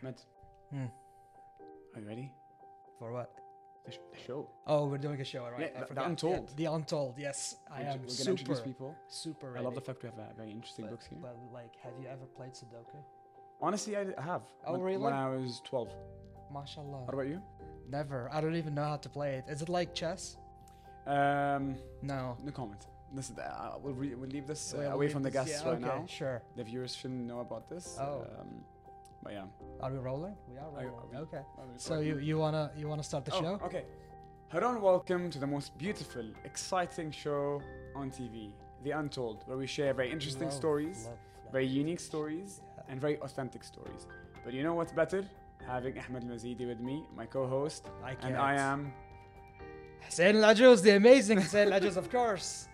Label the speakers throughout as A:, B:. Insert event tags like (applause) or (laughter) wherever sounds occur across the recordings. A: Ahmed,
B: Hmm.
A: are you ready?
B: For what?
A: The, sh- the show.
B: Oh, we're doing a show, all right.
A: Yeah, the-
B: I
A: the
B: forgot.
A: Untold.
B: the Untold, yes.
A: We're
B: I
A: ju-
B: am
A: we're gonna
B: super,
A: introduce people.
B: super
A: I love the
B: ready.
A: fact we have uh, very interesting
B: But-
A: books here.
B: But, like, have you ever played Sudoku?
A: Honestly, I d- I have.
B: Oh,
A: when,
B: really?
A: When I was 12. What
B: Mashallah.
A: about you?
B: Never. I don't even know how to play it. Is it like chess?
A: Um,
B: No.
A: no comment. This, is- uh, we'll, re- we'll leave this uh,
B: Well,
A: away
B: we-
A: from the guests
B: yeah,
A: right
B: okay,
A: now.
B: Sure.
A: The viewers shouldn't know about this.
B: Oh.
A: Um, but yeah.
B: Are we rolling? We are
A: Are you-
B: rolling.
A: are we-
B: okay.
A: are we
B: So
A: recording?
B: you you wanna you wanna start the
A: oh,
B: show?
A: Okay. Hello and welcome to the most beautiful, exciting show on TV, The Untold, where we share very interesting
B: Love,
A: stories,
B: love, love.
A: very unique stories,
B: Yeah.
A: and very authentic stories. But you know what's better? Having Ahmed Al Mazidi with me, my co host,
B: I
A: and I
B: can't.
A: am.
B: Hussein Lajos, the amazing Hussein Lajos, of course.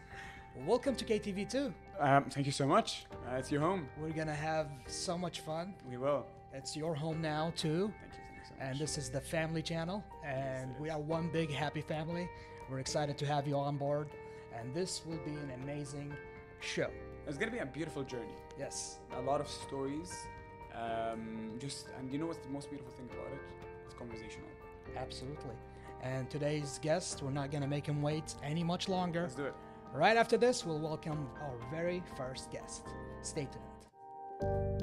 B: Welcome to KTV2.
A: Um, thank you so much. Uh, it's your home.
B: We're gonna have so much fun.
A: We will.
B: It's your home now too.
A: Thank you, thank you so much.
B: And this is the family channel, and
A: it
B: we
A: is.
B: are one big happy family. We're excited to have you on board, and this will be an amazing show.
A: it's going to be a beautiful journey.
B: Yes.
A: a lot of stories. Um, just and you know what's the most beautiful thing about it? It's conversational.
B: Absolutely. And today's guest, we're not going to make him wait any much longer.
A: Let's do it.
B: Right after this, we'll welcome our very first guest. Stay tuned.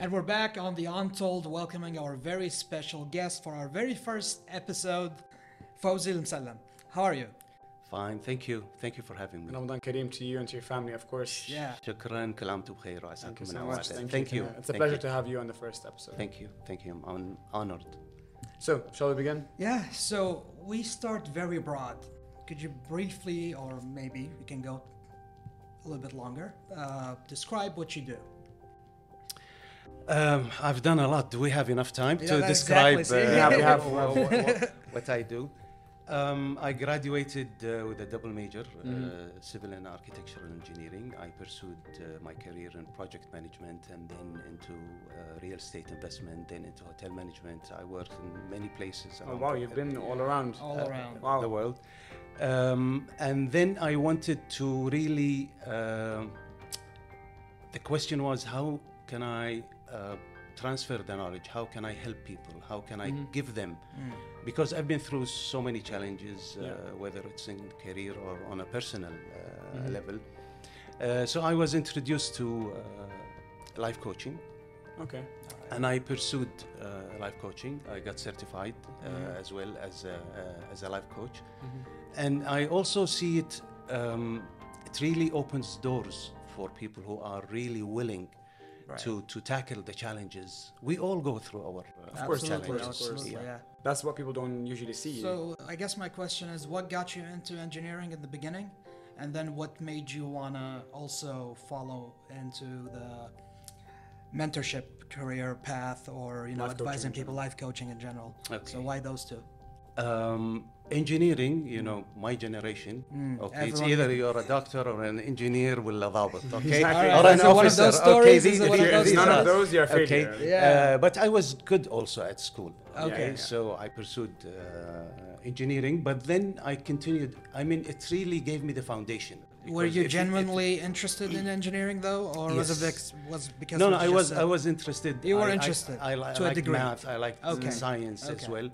B: And we're back on The Untold, welcoming our very special guest for our very first episode, Fawzi Msallam. How are you?
C: Fine, thank you. Thank you for having me.
A: Ramadan Kareem to you and to your family, of course.
B: Yeah.
C: شكرا كلامتم بخير
A: Thank
C: وعساكم
A: you
C: من
A: so much.
C: أوعاء.
A: Thank,
C: Thank
A: you.
C: you.
A: It's a
C: Thank
A: pleasure
C: you.
A: to have you on the first episode.
C: Thank you. Thank you. I'm honored.
A: so, shall we begin?
B: Yeah, so we start very broad. Could you briefly, or maybe we can go a little bit longer, uh, describe what you do?
C: Um, I've done a lot. Do we have enough time
B: Yeah,
C: to
B: that
C: describe
B: exactly, see?
C: uh,
B: We have- we
A: have-
C: what, (laughs) what- what I do? Um, I graduated uh, with a double major, uh, civil and architectural engineering. I pursued uh, my career in project management and then into uh, real estate investment, then into hotel management. I worked in many places.
A: Oh
C: around
A: wow,
C: the-
A: you've been all around.
B: All
C: uh,
B: around.
A: Wow.
C: the world. Um, and then I wanted to really, um the question was, how can I uh, transfer the knowledge? How can I help people? How can I
A: Mm-hmm.
C: give them? Because I've been through so many challenges, uh,
A: Mm. Yeah.
C: whether it's in career or on a personal uh,
A: Mm-hmm.
C: level. Uh, so I was introduced to uh, life coaching
A: Okay.
C: and I pursued uh, life coaching. I got certified uh,
A: Mm-hmm.
C: as well as a, uh, as a life coach, and I also see it. Um, it really opens doors for people who are really willing to to tackle the challenges. We all go through our uh,
A: Of course,
B: absolutely,
A: of course,
C: challenges.
A: of
B: absolutely,
C: yeah.
B: yeah.
A: That's what people don't usually see.
B: So I guess my question is, what got you into engineering in the beginning, and then what made you wanna also follow into the mentorship career path, or you know,
A: Life coaching
B: advising
A: in
B: people, life coaching in general?
C: Okay.
B: So why those two?
C: um, engineering, you know, my generation, okay, it's
B: Hmm, everyone-
C: either you're a doctor or an engineer
B: (laughs)
C: ولا ضابط, okay?
A: Exactly.
C: Or
A: Alright,
C: an
A: so one of
C: officer,
B: those
C: okay?
B: stories is
C: these-
B: one
A: of
C: these-
A: those
C: these
A: None of
C: are-
A: those, you're a
C: okay.
A: failure.
B: Yeah.
C: Uh, but I was good also at school, okay?
B: Okay.
C: So I pursued uh, engineering, but then I continued. I mean, it really gave me the foundation.
B: Were
C: because
B: you
C: if- if-
B: genuinely interested
C: (clears throat)
B: in engineering though, or was it
C: Yes.
B: bec- was because
C: no,
B: it
C: no, I
B: just
C: was
B: a-
C: I was interested.
B: You were
C: I- I-
B: interested,
C: I, li- I,
B: to a
C: liked
B: degree.
C: math. I liked
B: Okay.
C: science as
B: Okay.
C: well,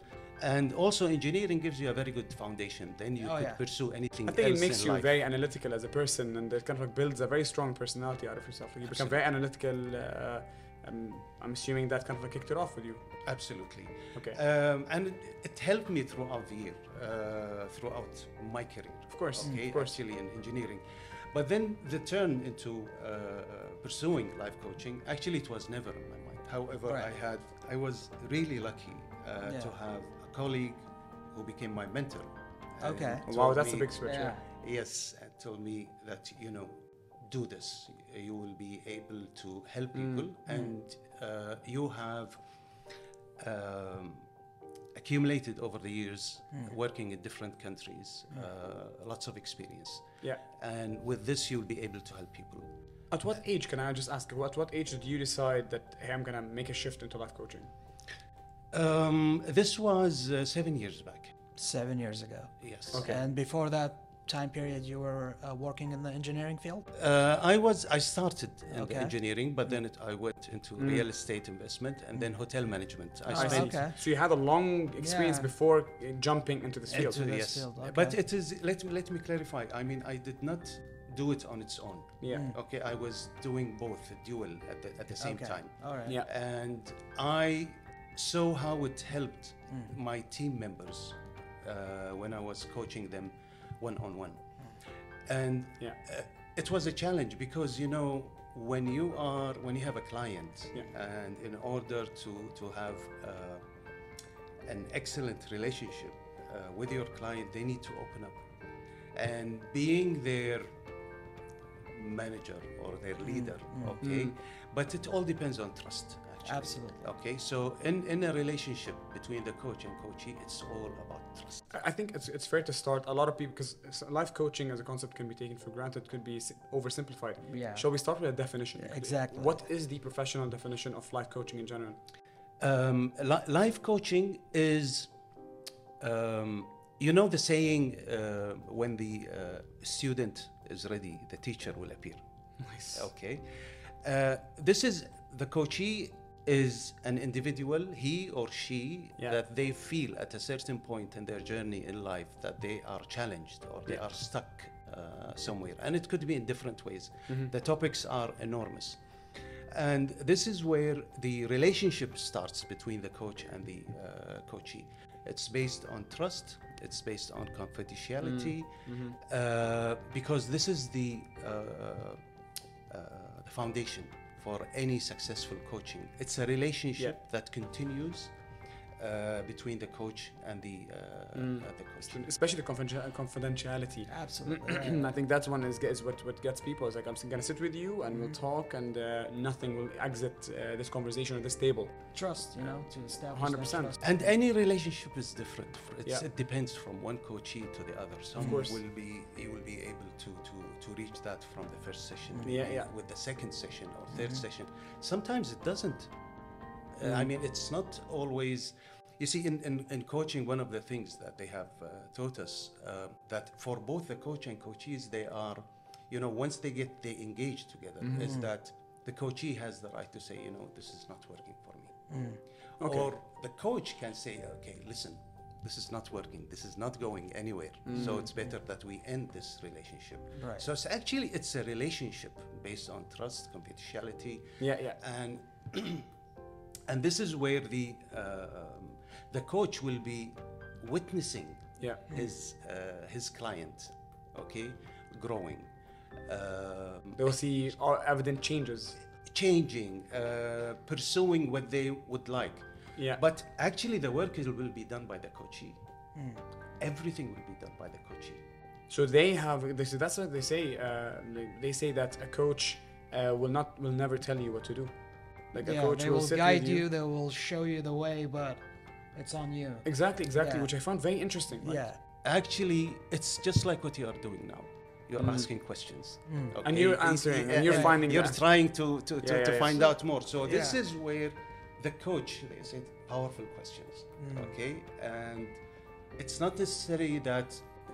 C: and also engineering gives you a very good foundation. Then you
B: Oh,
C: could
B: yeah.
C: pursue anything
A: I think
C: else
A: it makes
C: in
A: you
C: life.
A: very analytical as a person, and it kind of like builds a very strong personality out of yourself. Like you become very analytical. Uh, um, I'm assuming that kind of like kicked it off with you.
C: Absolutely.
A: Okay.
C: Um, and it, it helped me throughout the year, uh, throughout my career.
A: Of course,
C: Okay,
A: of course.
C: actually in engineering. uh, But then the turn into uh, pursuing life coaching, actually, it was never in my mind. However,
B: Right.
C: I had I was really lucky uh,
B: Yeah.
C: to have a colleague who became my mentor. and
B: Okay.
C: told
A: wow, that's a
C: me-
A: big switch. Yeah.
C: Yes, and told me that you know, do this. You will be able to help people, and uh, you have um, accumulated over the years working in different countries, uh, lots of experience,
A: yeah.
C: and with this you'll be able to help people.
A: At what age can I just ask? At what age did you decide that hey, I'm gonna make a shift into life coaching?
C: Um, this was uh, seven years back.
B: Seven years ago.
C: Yes.
A: Okay.
B: And before that time period, you were uh, working in the engineering field.
C: Uh, I was I started in
B: Okay.
C: the engineering, but then it, I went into real estate investment and then hotel management.
A: Oh,
C: I
B: I see.
C: studied
B: Oh, Okay.
A: So you had a long experience
B: Yeah.
A: before uh, jumping into this field.
C: into
B: this
C: yes,
B: field,
C: but
B: okay.
C: it is let me let me clarify. I mean, I did not do it on its own.
A: Yeah.
C: Okay, I was doing both dual at the, at the same
B: Mm. okay.
C: time,
B: All right.
A: Yeah.
C: and I saw how it helped
B: Mm.
C: my team members uh, when I was coaching them one on one, and
A: Yeah.
C: uh, it was a challenge because you know when you are when you have a client
A: Yeah.
C: and in order to to have uh, an excellent relationship uh, with your client they need to open up and being their manager or their leader okay
A: Mm.
C: but it all depends on trust actually
B: Absolutely.
C: okay so in in a relationship between the coach and coachee it's all about trust
A: I- I think it's, it's fair to start a lot of people because life coaching as a concept can be taken for granted, could be s- oversimplified.
B: Yeah.
A: Shall we start with a definition?
B: Yeah, exactly.
A: What is the professional definition of life coaching in general?
C: um, li- life coaching is um, you know the saying uh, when the uh, student is ready the teacher will appear
A: Nice.
C: okay uh, this is the coachee is an individual he or she
A: Yeah.
C: that they feel at a certain point in their journey in life that they are challenged or they are stuck uh, somewhere and it could be in different ways the topics are enormous and this is where the relationship starts between the coach and the uh, coachee. It's based on trust, it's based on confidentiality, uh, because this is the, uh, uh, the foundation for any successful coaching. It's a relationship that continues uh, between the coach and the, uh,
A: Mm.
C: uh, the coach.
A: Especially confidential- confidentiality.
B: Absolutely. yeah.
A: (clears throat) I think that's one is, is what, what gets people. It's like, I'm going to sit with you and we'll
B: Mm-hmm.
A: talk, and uh, nothing will exit uh, this conversation or this table.
B: Trust, you know, to establish that
A: 100%.
B: trust.
C: And any relationship is different. F- It's,
A: Yeah.
C: It depends from one coachee to the other. Some
A: course.
C: will be you will be able to to to reach that from the first session.
A: Mm, Yeah,
C: maybe
A: yeah. Mm-hmm.
C: With the second session or 3rd session, sometimes it doesn't. Uh,
A: Mm.
C: I mean, it's not always. You see, in, in, in coaching, one of the things that they have uh, taught us uh, that for both the coach and coachees, they are, you know, once they get they engage together,
A: Mm-hmm.
C: is that the coachee has the right to say, you know, this is not working for me,
A: Mm. Okay.
C: or the coach can say, okay, listen, this is not working, this is not going anywhere,
A: Mm.
C: so it's better that we end this relationship.
B: Right.
C: So it's actually it's a relationship based on trust, confidentiality,
A: Yeah, yeah.
C: and (clears throat) and this is where the um the coach will be witnessing
A: Yeah.
C: his uh, his client okay growing um,
A: They will see all evident changes.
C: changing uh, pursuing what they would like
A: Yeah.
C: but actually the work is- will be done by the coachee
A: Hmm.
C: everything will be done by the coachee
A: So they have. They, so that's what they say. Uh, like, they say that a coach uh, will not will never tell you what to do. Like a
B: Yeah,
A: coach
B: they
A: will,
B: will
A: sit
B: guide
A: with
B: you, they will show you the way, but it's on you.
A: Exactly, exactly,
B: Yeah.
A: which I found very interesting. like-
B: Yeah.
C: actually it's just like what you are doing now you're asking questions okay?
A: And you're
C: It- it-
A: answering,
C: yeah,
A: and you're
C: yeah.
A: finding
C: you're
A: the answer.
C: trying to to, to,
A: Yeah,
C: to
A: yeah,
C: find
A: yeah.
C: out more so this
B: Yeah.
C: is where the coach they said powerful questions okay and it's not necessary that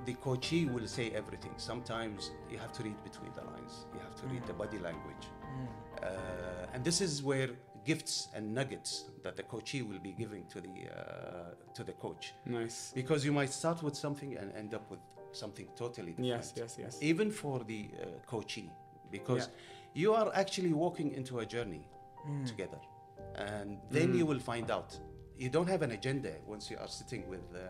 C: the coachee will say everything sometimes you have to read between the lines you have to read the body language uh, and this is where gifts and nuggets that the coachee will be giving to the uh, to the coach
A: Nice.
C: because you might start with something and end up with something totally different.
A: Yes, yes, yes.
C: Even for the uh, coachee, because
A: Yeah. Hmm.
C: you are actually walking into a journey together, and then you will find out. You don't have an agenda once you are sitting with uh,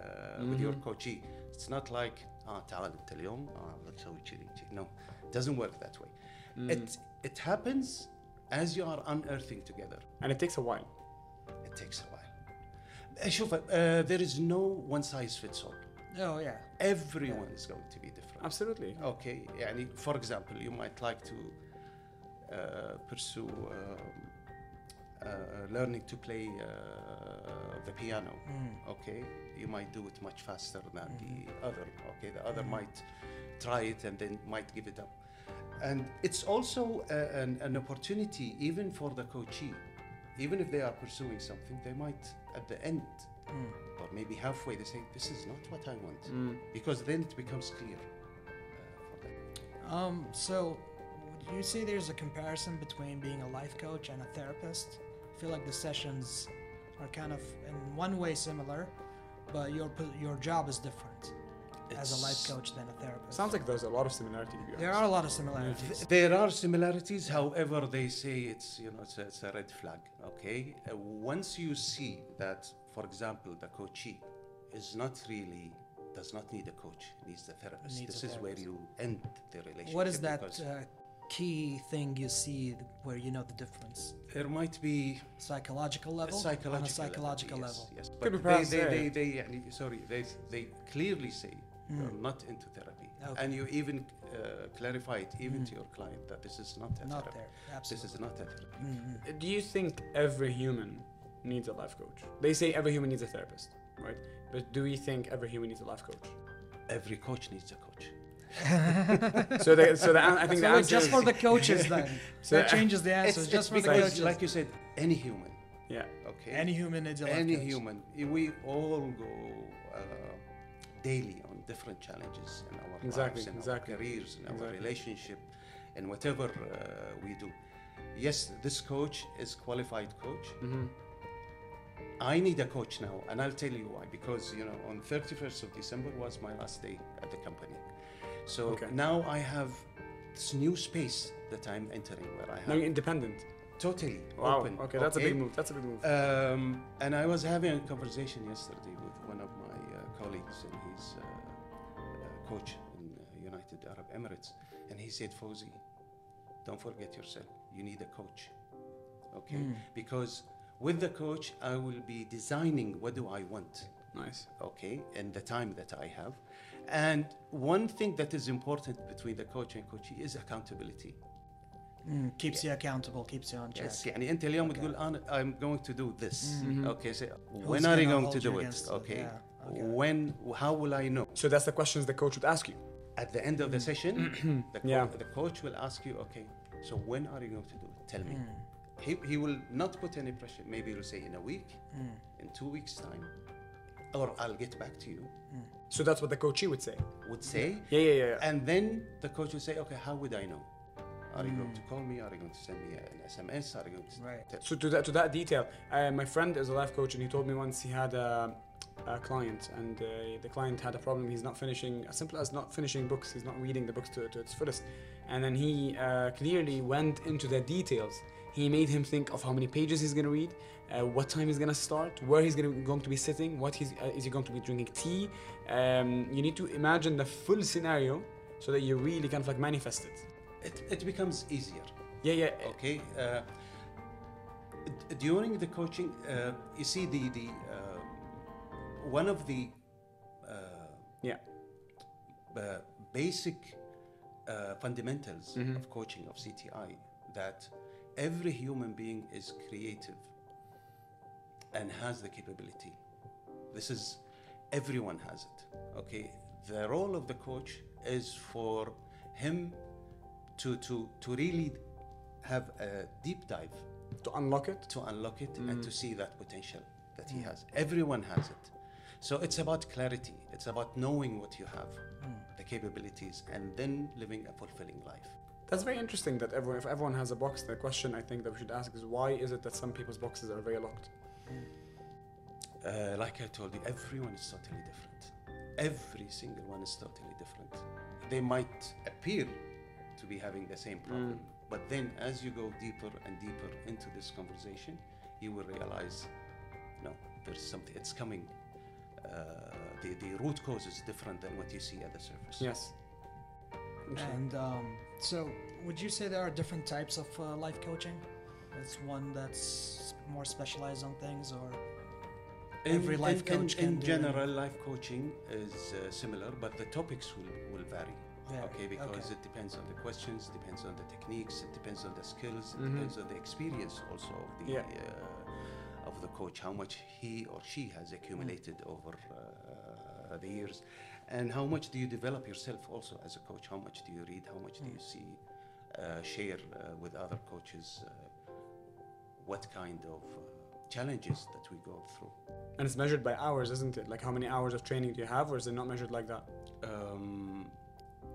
C: with your
A: Hmm.
C: coachee. It's not like ah تعال انت
A: Hmm.
C: اليوم ah, let's go chill, chill." No, it doesn't work that way. It it happens as you are unearthing together.
A: and it takes a while
C: It takes a while. Uh, شوف, uh, there is no one size fits all.
B: Oh yeah.
C: Everyone is going to be different.
A: absolutely
C: Okay, يعني for example, you might like to uh, pursue um, uh, learning to play uh, the piano. Okay, you might do it much faster than the other. Okay, the other might try it and then might give it up. And it's also a, an, an opportunity even for the coachee, even if they are pursuing something, they might at the end or maybe halfway they say, "This is not what I want," because then it becomes clear. uh, for them.
B: Um, so, would you say there's a comparison between being a life coach and a therapist? I feel like the sessions are kind of in one way similar, but your po- your job is different as a life
C: It's-
B: coach than a therapist.
A: sounds like there's a lot of similarity to be
B: there
A: honest.
B: are a lot of similarities.
C: There are similarities, however, they say it's you know it's a, it's a red flag. Okay, uh, once you see that, for example, the coachee is not really does not need a coach, needs a therapist.
B: Needs a
C: this is where
B: therapist.
C: you end the relationship.
B: What is that
C: because
B: uh, key thing you see th- where you know the difference?
C: there might be
B: Psychological level.
C: A psychological
B: Oh, on a psychological
C: level.
B: level.
C: Yes, yes.
A: Could be
C: But
A: perhaps
C: they, they,
A: there.
C: they, they, يعني- sorry, they, they clearly say you're not into therapy,
B: Hmm. Okay. Hmm.
C: and you even uh, clarify it even to your client that this is not a
B: Not
C: therapy.
B: there.
C: This
B: Absolutely.
C: is not a therapy.
A: do you think every human needs a life coach they say every human needs a therapist right but do we think every human needs a life
B: (laughs)
A: coach
C: Every coach needs a coach.
A: so the, so the, an- i think
B: So
A: the
B: wait,
A: answer
B: just
A: is,
C: (laughs)
B: for the coaches then.
A: So,
B: that
A: uh,
B: changes the answer.
C: it's
B: just
C: it's
B: for the
C: because,
B: coaches.
C: like you said, any human.
A: (laughs) yeah
C: Okay.
B: Any human needs a life
C: Any
B: coach.
C: human. We all go uh, daily on different challenges in our
A: Exactly,
C: lives, in
A: exactly,
C: our careers, in our
A: exactly.
C: relationship, in whatever uh, we do. Yes, this coach is qualified coach.
A: Mm-hmm.
C: I need a coach now, and I'll tell you why. Because you know, on 31st of December was my last day at the company, so
A: Okay.
C: now I have this new space that I'm entering, where I have
A: now you're independent
C: totally
A: wow
C: open.
A: okay that's a big move that's a big move
B: Uh,
C: Um, and I was having a conversation yesterday with one of my uh, colleagues, and he's uh, a coach in uh, United Arab Emirates, and he said, "Fawzi, don't forget yourself. You need a coach, okay? Because with the coach, I will be designing what do I want,
A: nice
C: okay, in the time that I have. And one thing that is important between the coach and coachee is accountability.
B: Mm, keeps you accountable, keeps you on track.
C: Yes, يعني انت اليوم تقول انا I'm going to do this. Okay, so when
B: Mm-hmm.
C: are
B: gonna
C: you going
B: hold
C: to
B: you
C: do it?
B: against it?
C: Okay.
B: Yeah, okay.
C: When how will I know?
A: so that's the questions the coach would ask you
C: At the end of the
B: Mm. (clears throat)
C: session, the, co-
A: Yeah.
C: the coach will ask you, okay, so when are you going to do it? Tell me.
B: Mm.
C: He, he will not put any pressure. Maybe he'll say in a week,
B: Mm.
C: in two weeks' time, or I'll get back to you,
A: so that's what the coachee would say
C: would say.
A: yeah yeah yeah, yeah.
C: And then the coach will say, okay, how would I know? Are you going to call me? Are you going to send me an SMS? Are you going to
B: Mm. Right.
C: tell
A: So to that to that detail, uh, my friend is a life coach, and he told me once he had a, a client, and uh, the client had a problem. He's not finishing, as simple as not finishing books. He's not reading the books to, to its fullest, and then he uh, clearly went into the details. He made him think of how many pages he's gonna read, uh, what time he's gonna start, where he's gonna, going to be sitting, what he's, uh, is he going to be drinking tea. Um, you need to imagine the full scenario so that you really kind of like manifest it.
C: It, it becomes easier.
A: Yeah, yeah.
C: Okay. Uh, d- during the coaching, uh, you see the the um one of the uh,
A: Yeah,
C: uh, basic uh, fundamentals of coaching of CTI that every human being is creative and has the capability. This is everyone has it. Okay. The role of the coach is for him to to to really have a deep dive
A: to unlock it.
C: to unlock it and to see that potential that he has. Everyone has it. So it's about clarity, it's about knowing what you have, the capabilities, and then living a fulfilling life.
A: That's very interesting that everyone, if everyone has a box, the question I think that we should ask is why is it that some people's boxes are very locked?
C: Uh, like I told you, everyone is totally different. Every single one is totally different. They might appear to be having the same problem, but then as you go deeper and deeper into this conversation, you will realize no, there's something, it's coming. Uh, the, the root cause is different than what you see at the surface.
A: Yes.
B: And um, so, would you say there are different types of uh, life coaching? It's one that's more specialized on things, or
C: In-
B: Every life
C: in,
B: coach
C: in,
B: can
C: in
B: do-
C: general life coaching is uh, similar but the topics will, will vary
B: Vary,
C: okay because
B: okay.
C: it depends on the questions depends on the techniques it depends on the skills
A: Mhm.
C: it depends on the experience also of the
A: Yeah.
C: uh, of the coach how much he or she has accumulated
B: Mm.
C: over uh, the years and how much do you develop yourself also as a coach how much do you read how much do
B: Mm.
C: you see uh, share uh, with other coaches uh, what kind of uh, challenges that we go through
A: And it's measured by hours, isn't it? Like how many hours of training do you have, or is it not measured like that?
C: um,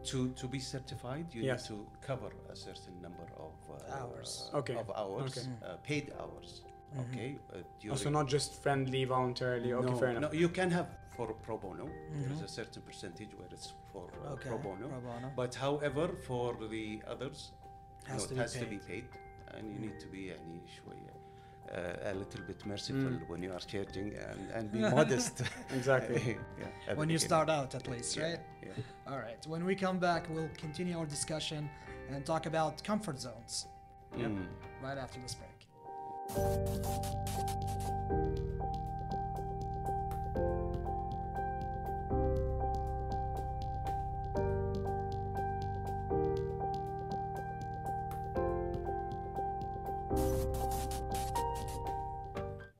C: to to be certified, you
A: Yes.
C: need to cover a certain number of uh,
B: Hours. Mm-hmm.
A: Okay.
C: of hours,
A: Okay.
C: uh, paid hours. Okay. Uh,
A: Oh, so
C: during-
A: not just friendly, voluntarily. Okay,
C: no,
A: fair enough.
C: No, you can have for pro bono. There is a certain percentage where it's for uh,
B: Mm-hmm. Okay,
C: pro, bono.
B: pro bono.
C: But however, for the others,
B: Has
C: no,
B: to
C: it
B: be
C: has to be
B: paid.
C: paid, and you need to be يعني شوية, uh, a little bit merciful when you are charging and, and be modest.
A: Mm. (laughs) Exactly.
C: (laughs) yeah, at
B: when
C: the
B: you
C: beginning.
B: start out, at least, right?
C: Yeah.
B: All right. When we come back, we'll continue our discussion and talk about comfort zones
C: Mm.
B: right after this break.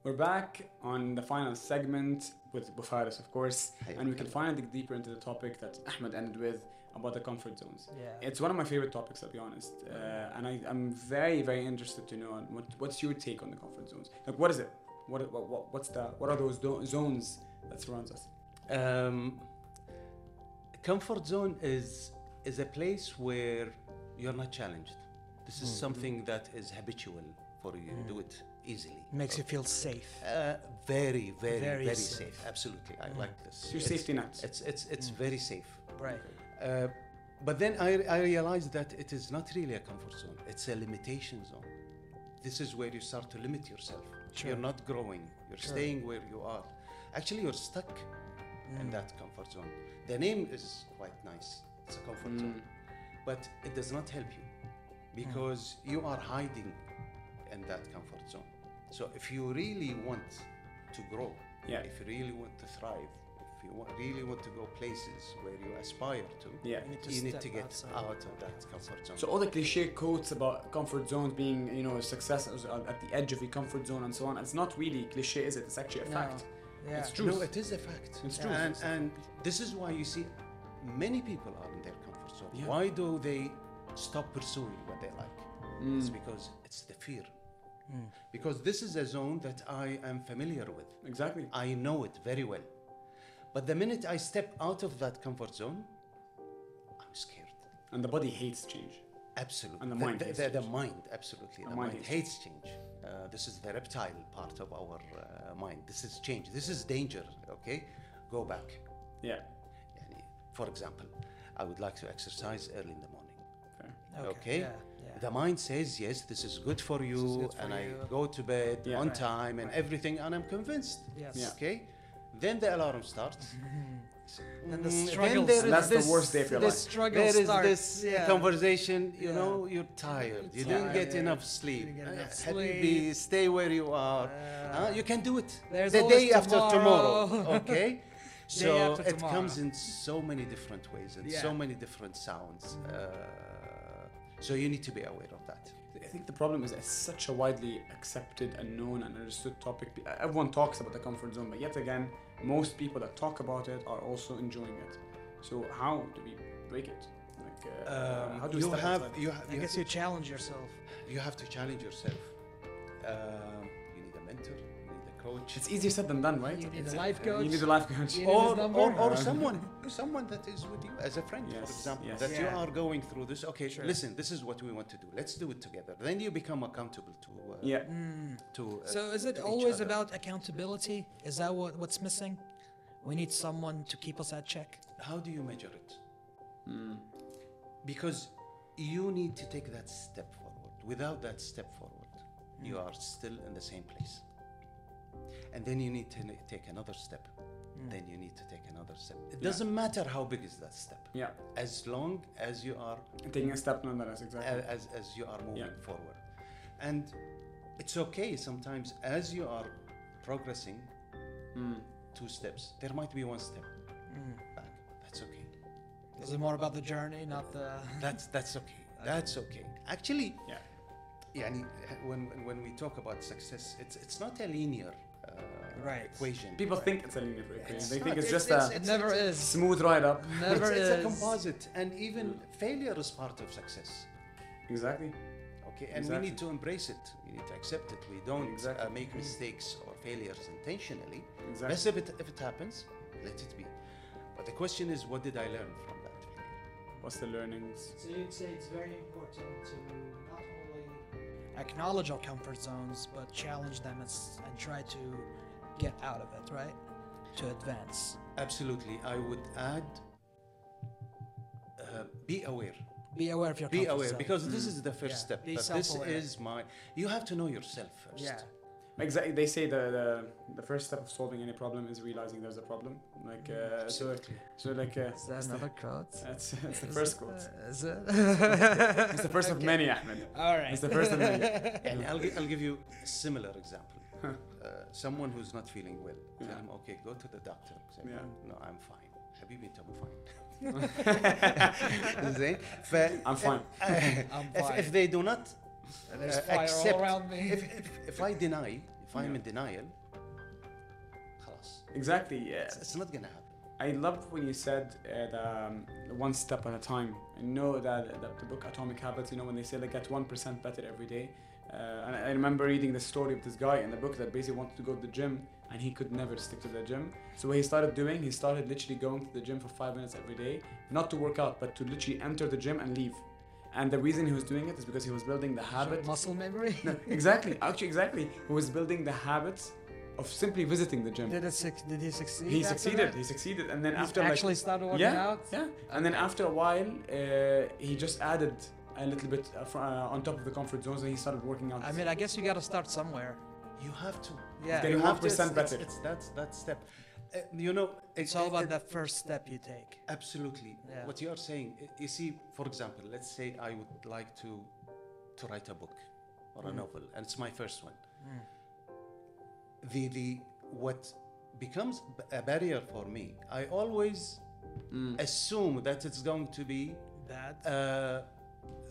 A: We're back on the final segment with Bufaris, of course,
C: Hiya.
A: and we can finally dig deeper into the topic that Ahmed ended with about the comfort zones.
B: Yeah.
A: It's one of my favorite topics, I'll be honest, uh, and I, I'm very, very interested to know on what, what's your take on the comfort zones. Like, what is it? What, what, what what's the what are those do- zones that surrounds us?
C: um, comfort zone is is a place where you're not challenged. This is something that is habitual for you. You do it easily.
B: Makes you feel safe.
C: Uh, very, very,
B: Very
C: very,
B: safe.
C: safe. Absolutely, I like this.
A: It's your safety net.
C: It's it's it's very safe.
B: Right.
C: Uh, but then I, I realized that it is not really a comfort zone, it's a limitation zone. This is where you start to limit yourself.
B: Sure.
C: You're not growing, you're staying where you are. Actually, you're stuck in that comfort zone. The name is quite nice, it's a comfort zone, but it does not help you because you are hiding in that comfort zone. So, if you really want to grow,
A: Yeah.
C: if you really want to thrive, if you wa- really want to go places where you aspire to,
A: Yeah.
B: You need to
C: you need
B: step
C: to get
B: outside.
C: out of that comfort zone.
A: So all the cliche quotes about comfort zones being, you know, success is at the edge of your comfort zone and so on. It's not really cliche, is it? It's actually a
B: No.
A: fact.
B: Yeah.
A: It's truth.
C: No, it is a fact.
A: It's true.
C: And, and this is why you see many people are in their comfort zone. Why do they stop pursuing what they like?
A: Mm.
C: It's because it's the fear. Because this is a zone that I am familiar with.
A: Exactly.
C: I know it very well. But the minute I step out of that comfort zone, I'm scared.
A: And the body hates change.
C: Absolutely.
A: And the mind
C: The,
A: hates
C: the, the
A: change.
C: mind, absolutely. The,
A: mind
C: mind,
A: hates
C: hates change. Uh, this is the reptile part of our uh, mind. This is change. This is danger, okay? Go back.
A: Yeah.
C: Yani, for example, I would like to exercise early in the morning.
A: Fair.
B: Okay,
C: Okay.
B: yeah, yeah.
C: The mind says, yes, this is good for you,
B: good for
C: and
B: you.
C: I go to bed
A: Yeah.
C: on
A: Right,
C: time and everything, and I'm convinced.
B: Yes.
A: Yeah.
C: Okay? Then the alarm
B: (laughs)
C: starts.
B: Then the
C: Mm,
B: struggle
C: there is
B: starts.
A: That's the worst day of your
B: the
A: life.
B: struggle
C: there is
B: starts.
C: this uh,
B: yeah.
C: conversation you
B: Yeah.
C: know you're tired you
B: You're
C: didn't
B: tired.
C: get enough sleep
B: Didn't get enough
C: Uh, Habibi, stay where you
B: Uh,
C: are Huh? Uh, you can do it
B: There's
C: the
B: always
C: day after tomorrow,
B: tomorrow. (laughs)
C: okay so
B: after
C: it
B: tomorrow.
C: comes in so many different ways and
B: Yeah.
C: so many different sounds uh, so you need to be aware of that
A: I think the problem is it's such a widely accepted and known and understood topic. Be- Everyone talks about the comfort zone, but yet again, most people that talk about it are also enjoying it. So how do we break it? Like, uh,
C: um,
A: how do we
C: you,
A: step
C: have,
A: outside?
C: you have
B: I
C: you
B: guess you challenge yourself.
C: you have to challenge yourself um, you need a mentor you need a coach
A: It's easier said than done, right?
B: You need
A: It's-
B: a life coach.
A: You need a life coach.
B: You need
C: or,
B: his number?
C: or, or
A: Yeah.
C: someone someone that is with you as a friend
A: Uh-huh. Yes,
C: for example
A: yes.
C: that you
B: Yeah.
C: are going through this okay
B: Sure.
C: listen this is what we want to do let's do it together then you become accountable to uh,
A: (laughs) Yeah.
C: to uh,
B: So is it
C: to each
B: always
C: other.
B: about accountability? Is that what, what's missing? We need someone to keep us at check.
C: how do you measure it
B: Hmm.
C: because you need to take that step forward without that step forward you
B: Hmm.
C: are still in the same place and then you need to n- take another step
B: Hmm.
C: then you need to take another step it doesn't matter how big is that step
A: Yeah.
C: as long as you are Uh,
A: Taking a step nonetheless, exactly.
C: a- as, as you are moving forward. And it's okay sometimes as you are progressing
A: Hmm.
C: two steps there might be one step back that's okay
B: Is it more about the journey, not the?
C: that's that's okay that's okay actually
A: Yeah.
C: يعني when when we talk about success it's it's not a linear uh,
B: Right.
C: equation
A: People think it's a linear equation.
C: It's
A: they
C: not.
A: think it's,
C: It's-
A: just
C: it's-
A: a
B: It
C: it's-
B: never is.
A: smooth ride up.
B: Never
C: it's,
B: is.
C: it's a composite and even
A: Hmm.
C: failure is part of success
A: (laughs) Exactly.
C: okay and we
A: Exactly.
C: need to embrace it we need to accept it we don't uh,
A: Exactly.
C: make mistakes or failures intentionally
A: Exactly.
C: Yes, if it, if it happens let it be but the question is what did i learn from that failure
A: What's the learnings?
D: So you'd say it's very important to not only
B: Acknowledge our comfort zones, but challenge them and, s- and try to get out of it, right? To advance.
C: absolutely i would add uh, be aware
B: Be aware of your
C: be
B: comfort
C: aware
B: zone.
C: because this is the first
B: Mm. Yeah.
C: step
B: Be
C: but this
B: self-aware.
C: is my you have to know yourself first
B: yeah,
A: Exactly. They say the, the the first step of solving any problem is realizing there's a problem. Like uh, so, so like uh,
B: is that another quote?
A: that's that's the first quote.
B: Is it? (laughs)
A: It's the first of many, Ahmed.
B: All right.
A: It's the first of many.
C: (laughs) (laughs)
A: (laughs)
C: And I'll, gi- I'll give you a similar example. uh, someone who's not feeling well. Tell
A: Yeah.
C: him, okay, go to the doctor. Say,
A: Yeah.
C: No, I'm fine. حبيبي انت مو (laughs) fine. زين ف
A: I'm
C: (laughs)
A: fine.
B: I'm
C: if,
B: fine.
C: if they do not uh,
B: There's fire all
C: accept
B: around me.
C: If, if, if I deny if I'm
A: Yeah.
C: in denial خلاص
A: Exactly. Yeah.
C: it's, it's not gonna happen
A: I loved when you said uh, the, um, the one step at a time. I know that, that the book Atomic Habits, you know, when they say like get 1% better every day. Uh, and I I remember reading the story of this guy in the book that basically wanted to go to the gym and he could never stick to the gym. So what he started doing, he started literally going to the gym for five minutes every day, not to work out, but to literally enter the gym and leave. And the reason he was doing it is because he was building the habit
B: muscle memory.
A: exactly, actually, exactly. He was building the habit of simply visiting the gym.
B: (laughs) Did it? suc- Did he succeed?
A: He
B: after
A: succeeded.
B: that?
A: He succeeded, and then
B: He's
A: after like
B: actually started working
A: yeah,
B: out.
A: yeah. And then after a while, uh, he just added a little bit uh, fr- uh, on top of the comfort zones, and he started working out.
B: I mean, I guess you got to start somewhere.
C: you have to
B: Yeah.
A: Getting
C: you have to
A: 1%
C: it's, it's,
A: better.
C: it's that's that step Uh, you know
B: It's all about
C: it-
B: that first step you take.
C: Absolutely.
B: Yeah.
C: What you are saying, y- you see, for example, let's say I would like to to write a book or
B: Mm.
C: a novel, and it's my first one. The the what becomes b- a barrier for me, I always
B: Mm.
C: assume that it's going to be
B: Bad.
C: uh, uh,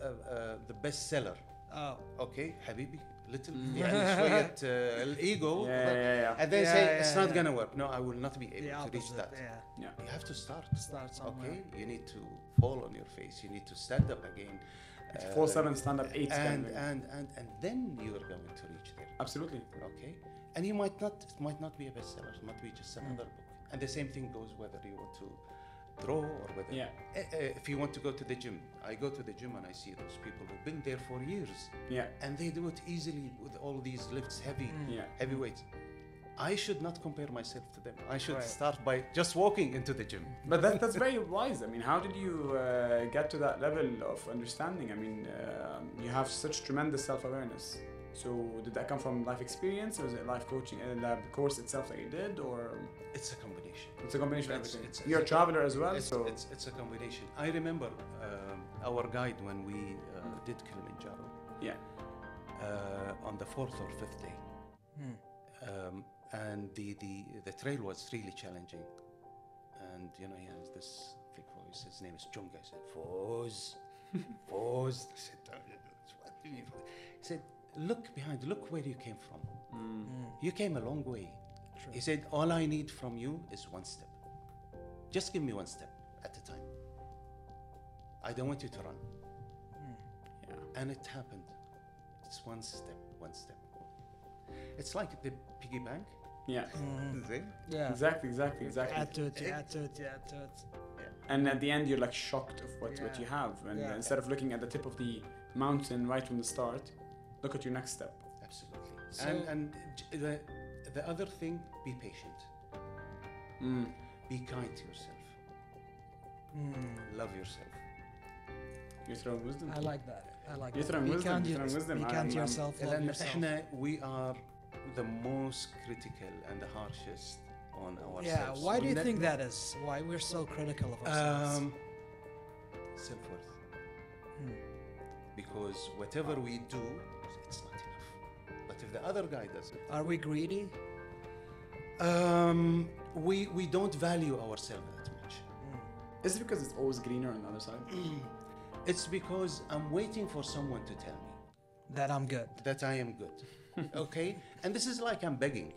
C: uh, the bestseller.
B: oh,
C: Okay, حبيبي, little
B: (laughs)
C: يعني شوية uh, الego.
A: Yeah, yeah, yeah.
C: And then
B: Mm. Yeah,
C: say
B: yeah,
C: it's not
B: yeah.
C: gonna work. No, I will not be
B: the
C: able to reach
B: opposite.
C: that.
B: Yeah.
A: yeah.
C: You have to start.
B: Start somewhere.
C: Okay, you need to fall on your face. You need to stand up again. uh,
A: Four seven stand up eight. kind
C: And,
A: of-
B: uh,
C: and and and then you are going to reach there.
A: Absolutely.
C: Okay, and you might not. It might not be a bestseller. It might be just
A: Mm.
C: another book. And the same thing goes whether you want to draw or whether
A: Yeah.
C: Eh, eh, if you want to go to the gym. I go to the gym and I see those people who've been there for years,
A: Yeah.
C: and they do it easily with all these lifts, heavy,
A: Yeah.
C: heavy weights. I should not compare myself to them. I should
B: Right.
C: start by just walking into the gym.
A: But that, that's very wise. I mean, how did you uh, get to that level of understanding? I mean, um you have such tremendous self awareness. So did that come from life experience, or was it life coaching, uh, the course itself that you did, or
C: It's a combination.
A: It's a combination of
C: It's-
A: everything.
C: it's-
A: You're a
C: it's-
A: traveler as well,
C: It's,
A: so
C: it's, it's a combination. I remember um, our guide when we uh, did Kilimanjaro
A: yeah,
C: uh, on the fourth or fifth day, um, and the, the the trail was really challenging. And you know he has this thick voice. His name is Chunga. I said, "Foz, Foz." I said, "Oh, "What do you?" He said, "Look behind. Look where you came from. You came a long way." He said, "All I need from you is one step. Just give me one step at a time. I don't want you to run."
A: yeah,
C: And it happened. It's one step, one step. It's like the piggy bank.
A: yeah,
B: Mm-hmm.
C: Zing.
B: Yeah.
A: exactly, exactly, exactly.
B: Add to it. You add to it. You add to it.
A: And at the end, you're like shocked of what, what
B: Yeah.
A: you have, and
B: Yeah.
A: instead of looking at the tip of the mountain right from the start, look at your next step.
C: Absolutely.
B: So-
C: and and j- the, the other thing, be patient.
A: Mm.
C: Be kind to yourself. Love yourself.
A: You're throwing wisdom.
B: Mm, I like that. I like
A: You're
B: that.
A: throwing
B: Be
A: wisdom,
B: kind
A: you're
B: to-
A: throwing wisdom.
B: Be
A: I-
B: kind to
A: I'm-
B: yourself. Love
C: لأن
B: yourself.
C: إحنا we are the most critical and the harshest on
B: Yeah.
C: ourselves.
B: Why do you
C: Let-
B: think that is? Why we're so critical of ourselves?
C: Um, self worth.
B: Hmm.
C: Because whatever we do, it's not enough. But if if the other guy doesn't.
B: Are we greedy?
C: Um, we we don't value ourselves that much.
A: Is it because it's always greener on the other side?
C: It's because I'm waiting for someone to tell me
B: That I'm good.
C: that I am (laughs) good. okay? And this is like I'm begging.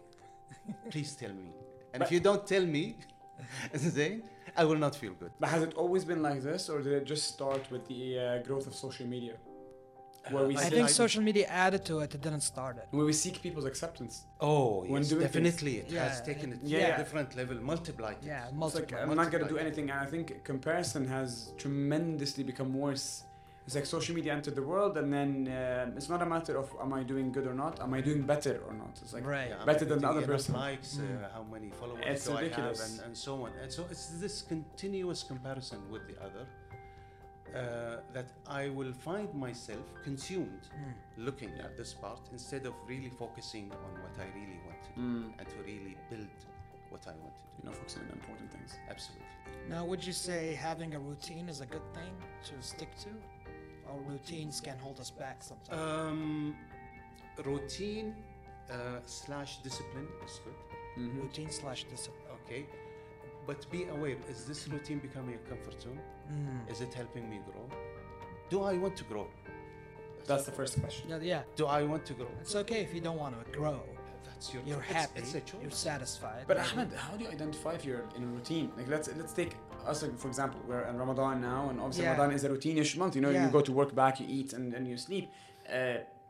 C: Please tell me. And if you don't tell me, (laughs) Zain, I will not feel good.
A: But has it always been like this, or did it just start with the uh, growth of social media, where we
C: I
B: Uh, I
A: seek,
C: think
B: think
C: I-
B: social media added to it. It didn't start it.
A: where we seek people's acceptance?
C: Oh,
A: When
C: yes,
A: doing things-
C: definitely. It has
B: Yeah,
C: taken it
B: it-
C: to a
A: yeah.
C: different level, multiplied. it.
B: Yeah,
A: It's like
B: multiple.
A: I'm not gonna do
C: multiplied.
A: anything, and I think comparison has tremendously become worse. It's like social media entered the world, and then um it's not a matter of am I doing good or not, am I doing better or not. It's like
B: right.
C: Yeah, I'm
A: Better than the
C: getting
A: other
C: enough
A: person. Mm.
C: Likes, uh, how many followers
A: It's
C: do I
A: ridiculous.
C: have, and, and so on. And so it's this continuous comparison with the other uh, that I will find myself consumed
A: Mm.
C: looking at this part instead of really focusing on what I really want to do
A: Mm.
C: and to really build what I want to do.
A: you know, focusing on the important things.
C: Absolutely.
B: Now, would you say having a routine is a good thing to stick to? Or routines can hold us back sometimes?
C: Um, routine uh, slash discipline is good.
B: Routine slash discipline.
C: Okay. But be aware, is this routine becoming a comfort zone?
B: Hmm.
C: Is it helping me grow? Do I want to grow?
A: That's the first question.
B: Yeah, yeah,
C: Do I want to grow?
B: it's okay if you don't want to grow.
C: That's your
B: You're
C: it's-
B: happy.
C: It's, a choice.
B: You're satisfied.
A: But
B: maybe.
A: Ahmed, how do you identify if you're in a routine? Like let's let's take us like, for example, we're in Ramadan now, and obviously
B: Yeah.
A: Ramadan is a routine-ish month. You know,
B: Yeah.
A: you go to work, back, you eat, and, and you sleep. Uh,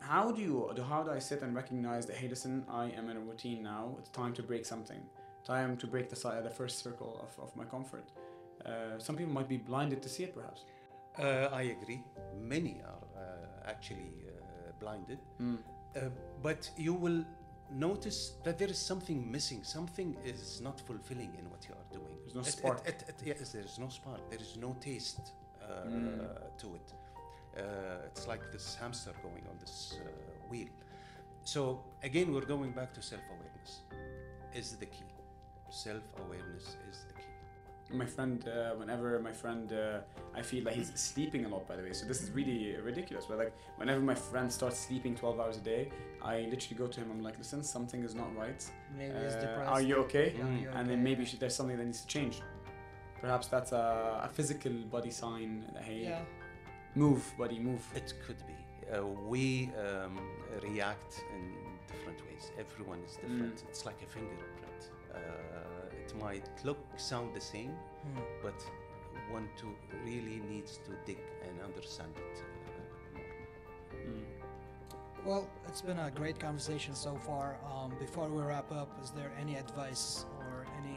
A: how do you do- how do I sit and recognize that hey, listen, I am in a routine now. It's time to break something. Time to break the si- the first circle of, of my comfort. Uh, some people might be blinded to see it, perhaps.
C: Uh, I agree. Many are uh, actually uh, blinded.
A: Hmm.
C: Uh, but you will notice that there is something missing. Something is not fulfilling in what you are doing.
A: There's no
C: It- it-
A: spark.
C: it- it- yes, there is no spark. There is no taste uh,
A: Hmm.
C: to it. Uh, it's like this hamster going on this uh, wheel. So again, we're going back to self-awareness. Is the key. Self-awareness is the key.
A: My friend, uh, whenever my friend, uh, I feel like he's sleeping a lot, by the way. So this is really ridiculous. But like, whenever my friend starts sleeping 12 hours a day, I literally go to him. I'm like, listen, something is not right.
B: maybe it's
A: Uh,
B: depressed.
A: are you okay?
B: Yeah, Mm. you're
A: And then
B: okay,
A: maybe
B: yeah.
A: sh- there's something that needs to change. Perhaps that's a, a physical body sign. That, hey,
B: Yeah.
A: move, buddy, move.
C: It could be. Uh, we um, react in different ways. Everyone is different. It's like a fingerprint. Uh, it might look, sound the same, but one to really needs to dig and understand it. Uh, more.
B: Well, it's been a great conversation so far. Um, before we wrap up, is there any advice or any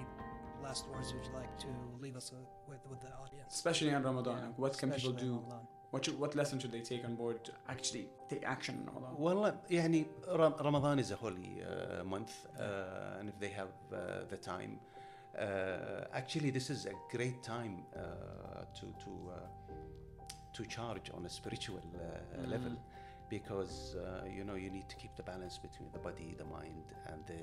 B: last words you'd like to leave us with with the audience?
A: Especially on Ramadan,
B: Yeah,
A: like, what can people
B: especially
A: do?
B: Ramadan.
A: What should, what lesson should they take on board to actually take action in Ramadan?
C: والله يعني Ra- Ramadan is a holy uh, month uh, and if they have uh, the time uh, actually this is a great time uh, to to uh, to charge on a spiritual uh, level because uh, you know you need to keep the balance between the body the mind and the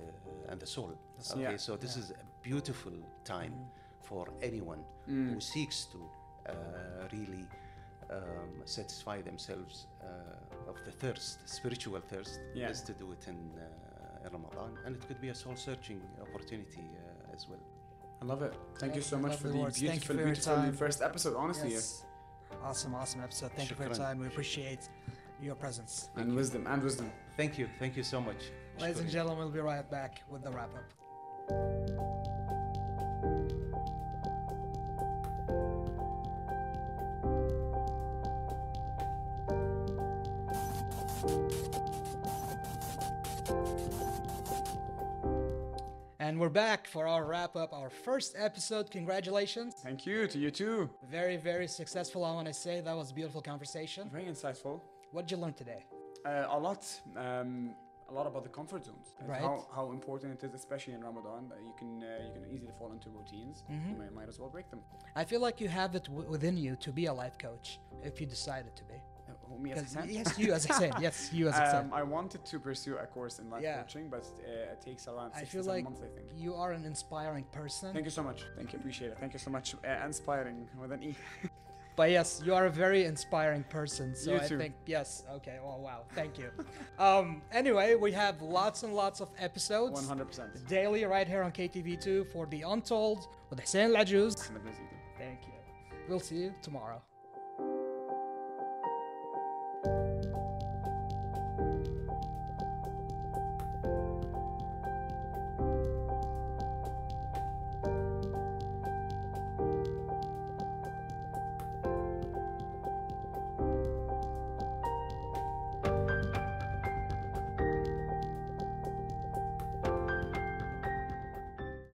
C: and the soul
A: That's-
C: okay
A: Yeah.
C: so this
B: Yeah.
C: is a beautiful time for anyone
A: Mm.
C: who seeks to uh, really um, satisfy themselves uh, of the thirst, spiritual thirst,
A: Yeah.
C: is to do it in, uh, in Ramadan, and it could be a soul-searching opportunity uh, as well.
A: I love it. Thank you so
B: Lovely,
A: much for the
B: lovely words. Thank you
A: beautiful,
B: for your
A: beautiful
B: time.
A: first episode. Honestly,
B: Yes. Awesome, awesome episode. Thank you for your
C: Shukran.
B: time. We appreciate your presence.
A: and wisdom and wisdom.
C: Thank you, thank you so much.
B: Ladies and
C: Shukran.
B: gentlemen, we'll be right back with the wrap up. And we're back for our wrap up, our first episode. Congratulations.
A: Thank you to you too.
B: Very, very successful, I want to say. That was a beautiful conversation.
A: Very insightful.
B: What did you learn today?
A: Uh, a lot, um, a lot about the comfort zones. and
B: Right.
A: How, how important it is, especially in Ramadan, that you can uh, you can easily fall into routines.
B: Mm-hmm.
A: You might, might as well break them. Uh,
B: I feel like you have it w- within you to be a life coach if you decided to be.
A: Uh, who, me as
B: Because-
A: Hassan?
B: yes, you as I
A: (laughs)
B: said. Yes, you as I said.
A: Um, I wanted to pursue a course in life
B: Yeah.
A: coaching, but uh, it takes around
B: I
A: six
B: feel
A: to seven
B: like
A: months, I think.
B: you are an inspiring person.
A: Thank you so much. Thank you. Appreciate it. Thank you so much. Uh, inspiring with an E. (laughs)
B: But yes, you are a very inspiring person. So
A: You
B: I
A: too.
B: think yes. Okay. Oh wow. Thank you. (laughs) um. Anyway, we have lots and lots of episodes.
A: 100%.
B: Daily right here on KTV2 for The Untold with Hussein Lajuz.
A: Ahmed Mazidi.
B: Thank you. We'll see you tomorrow.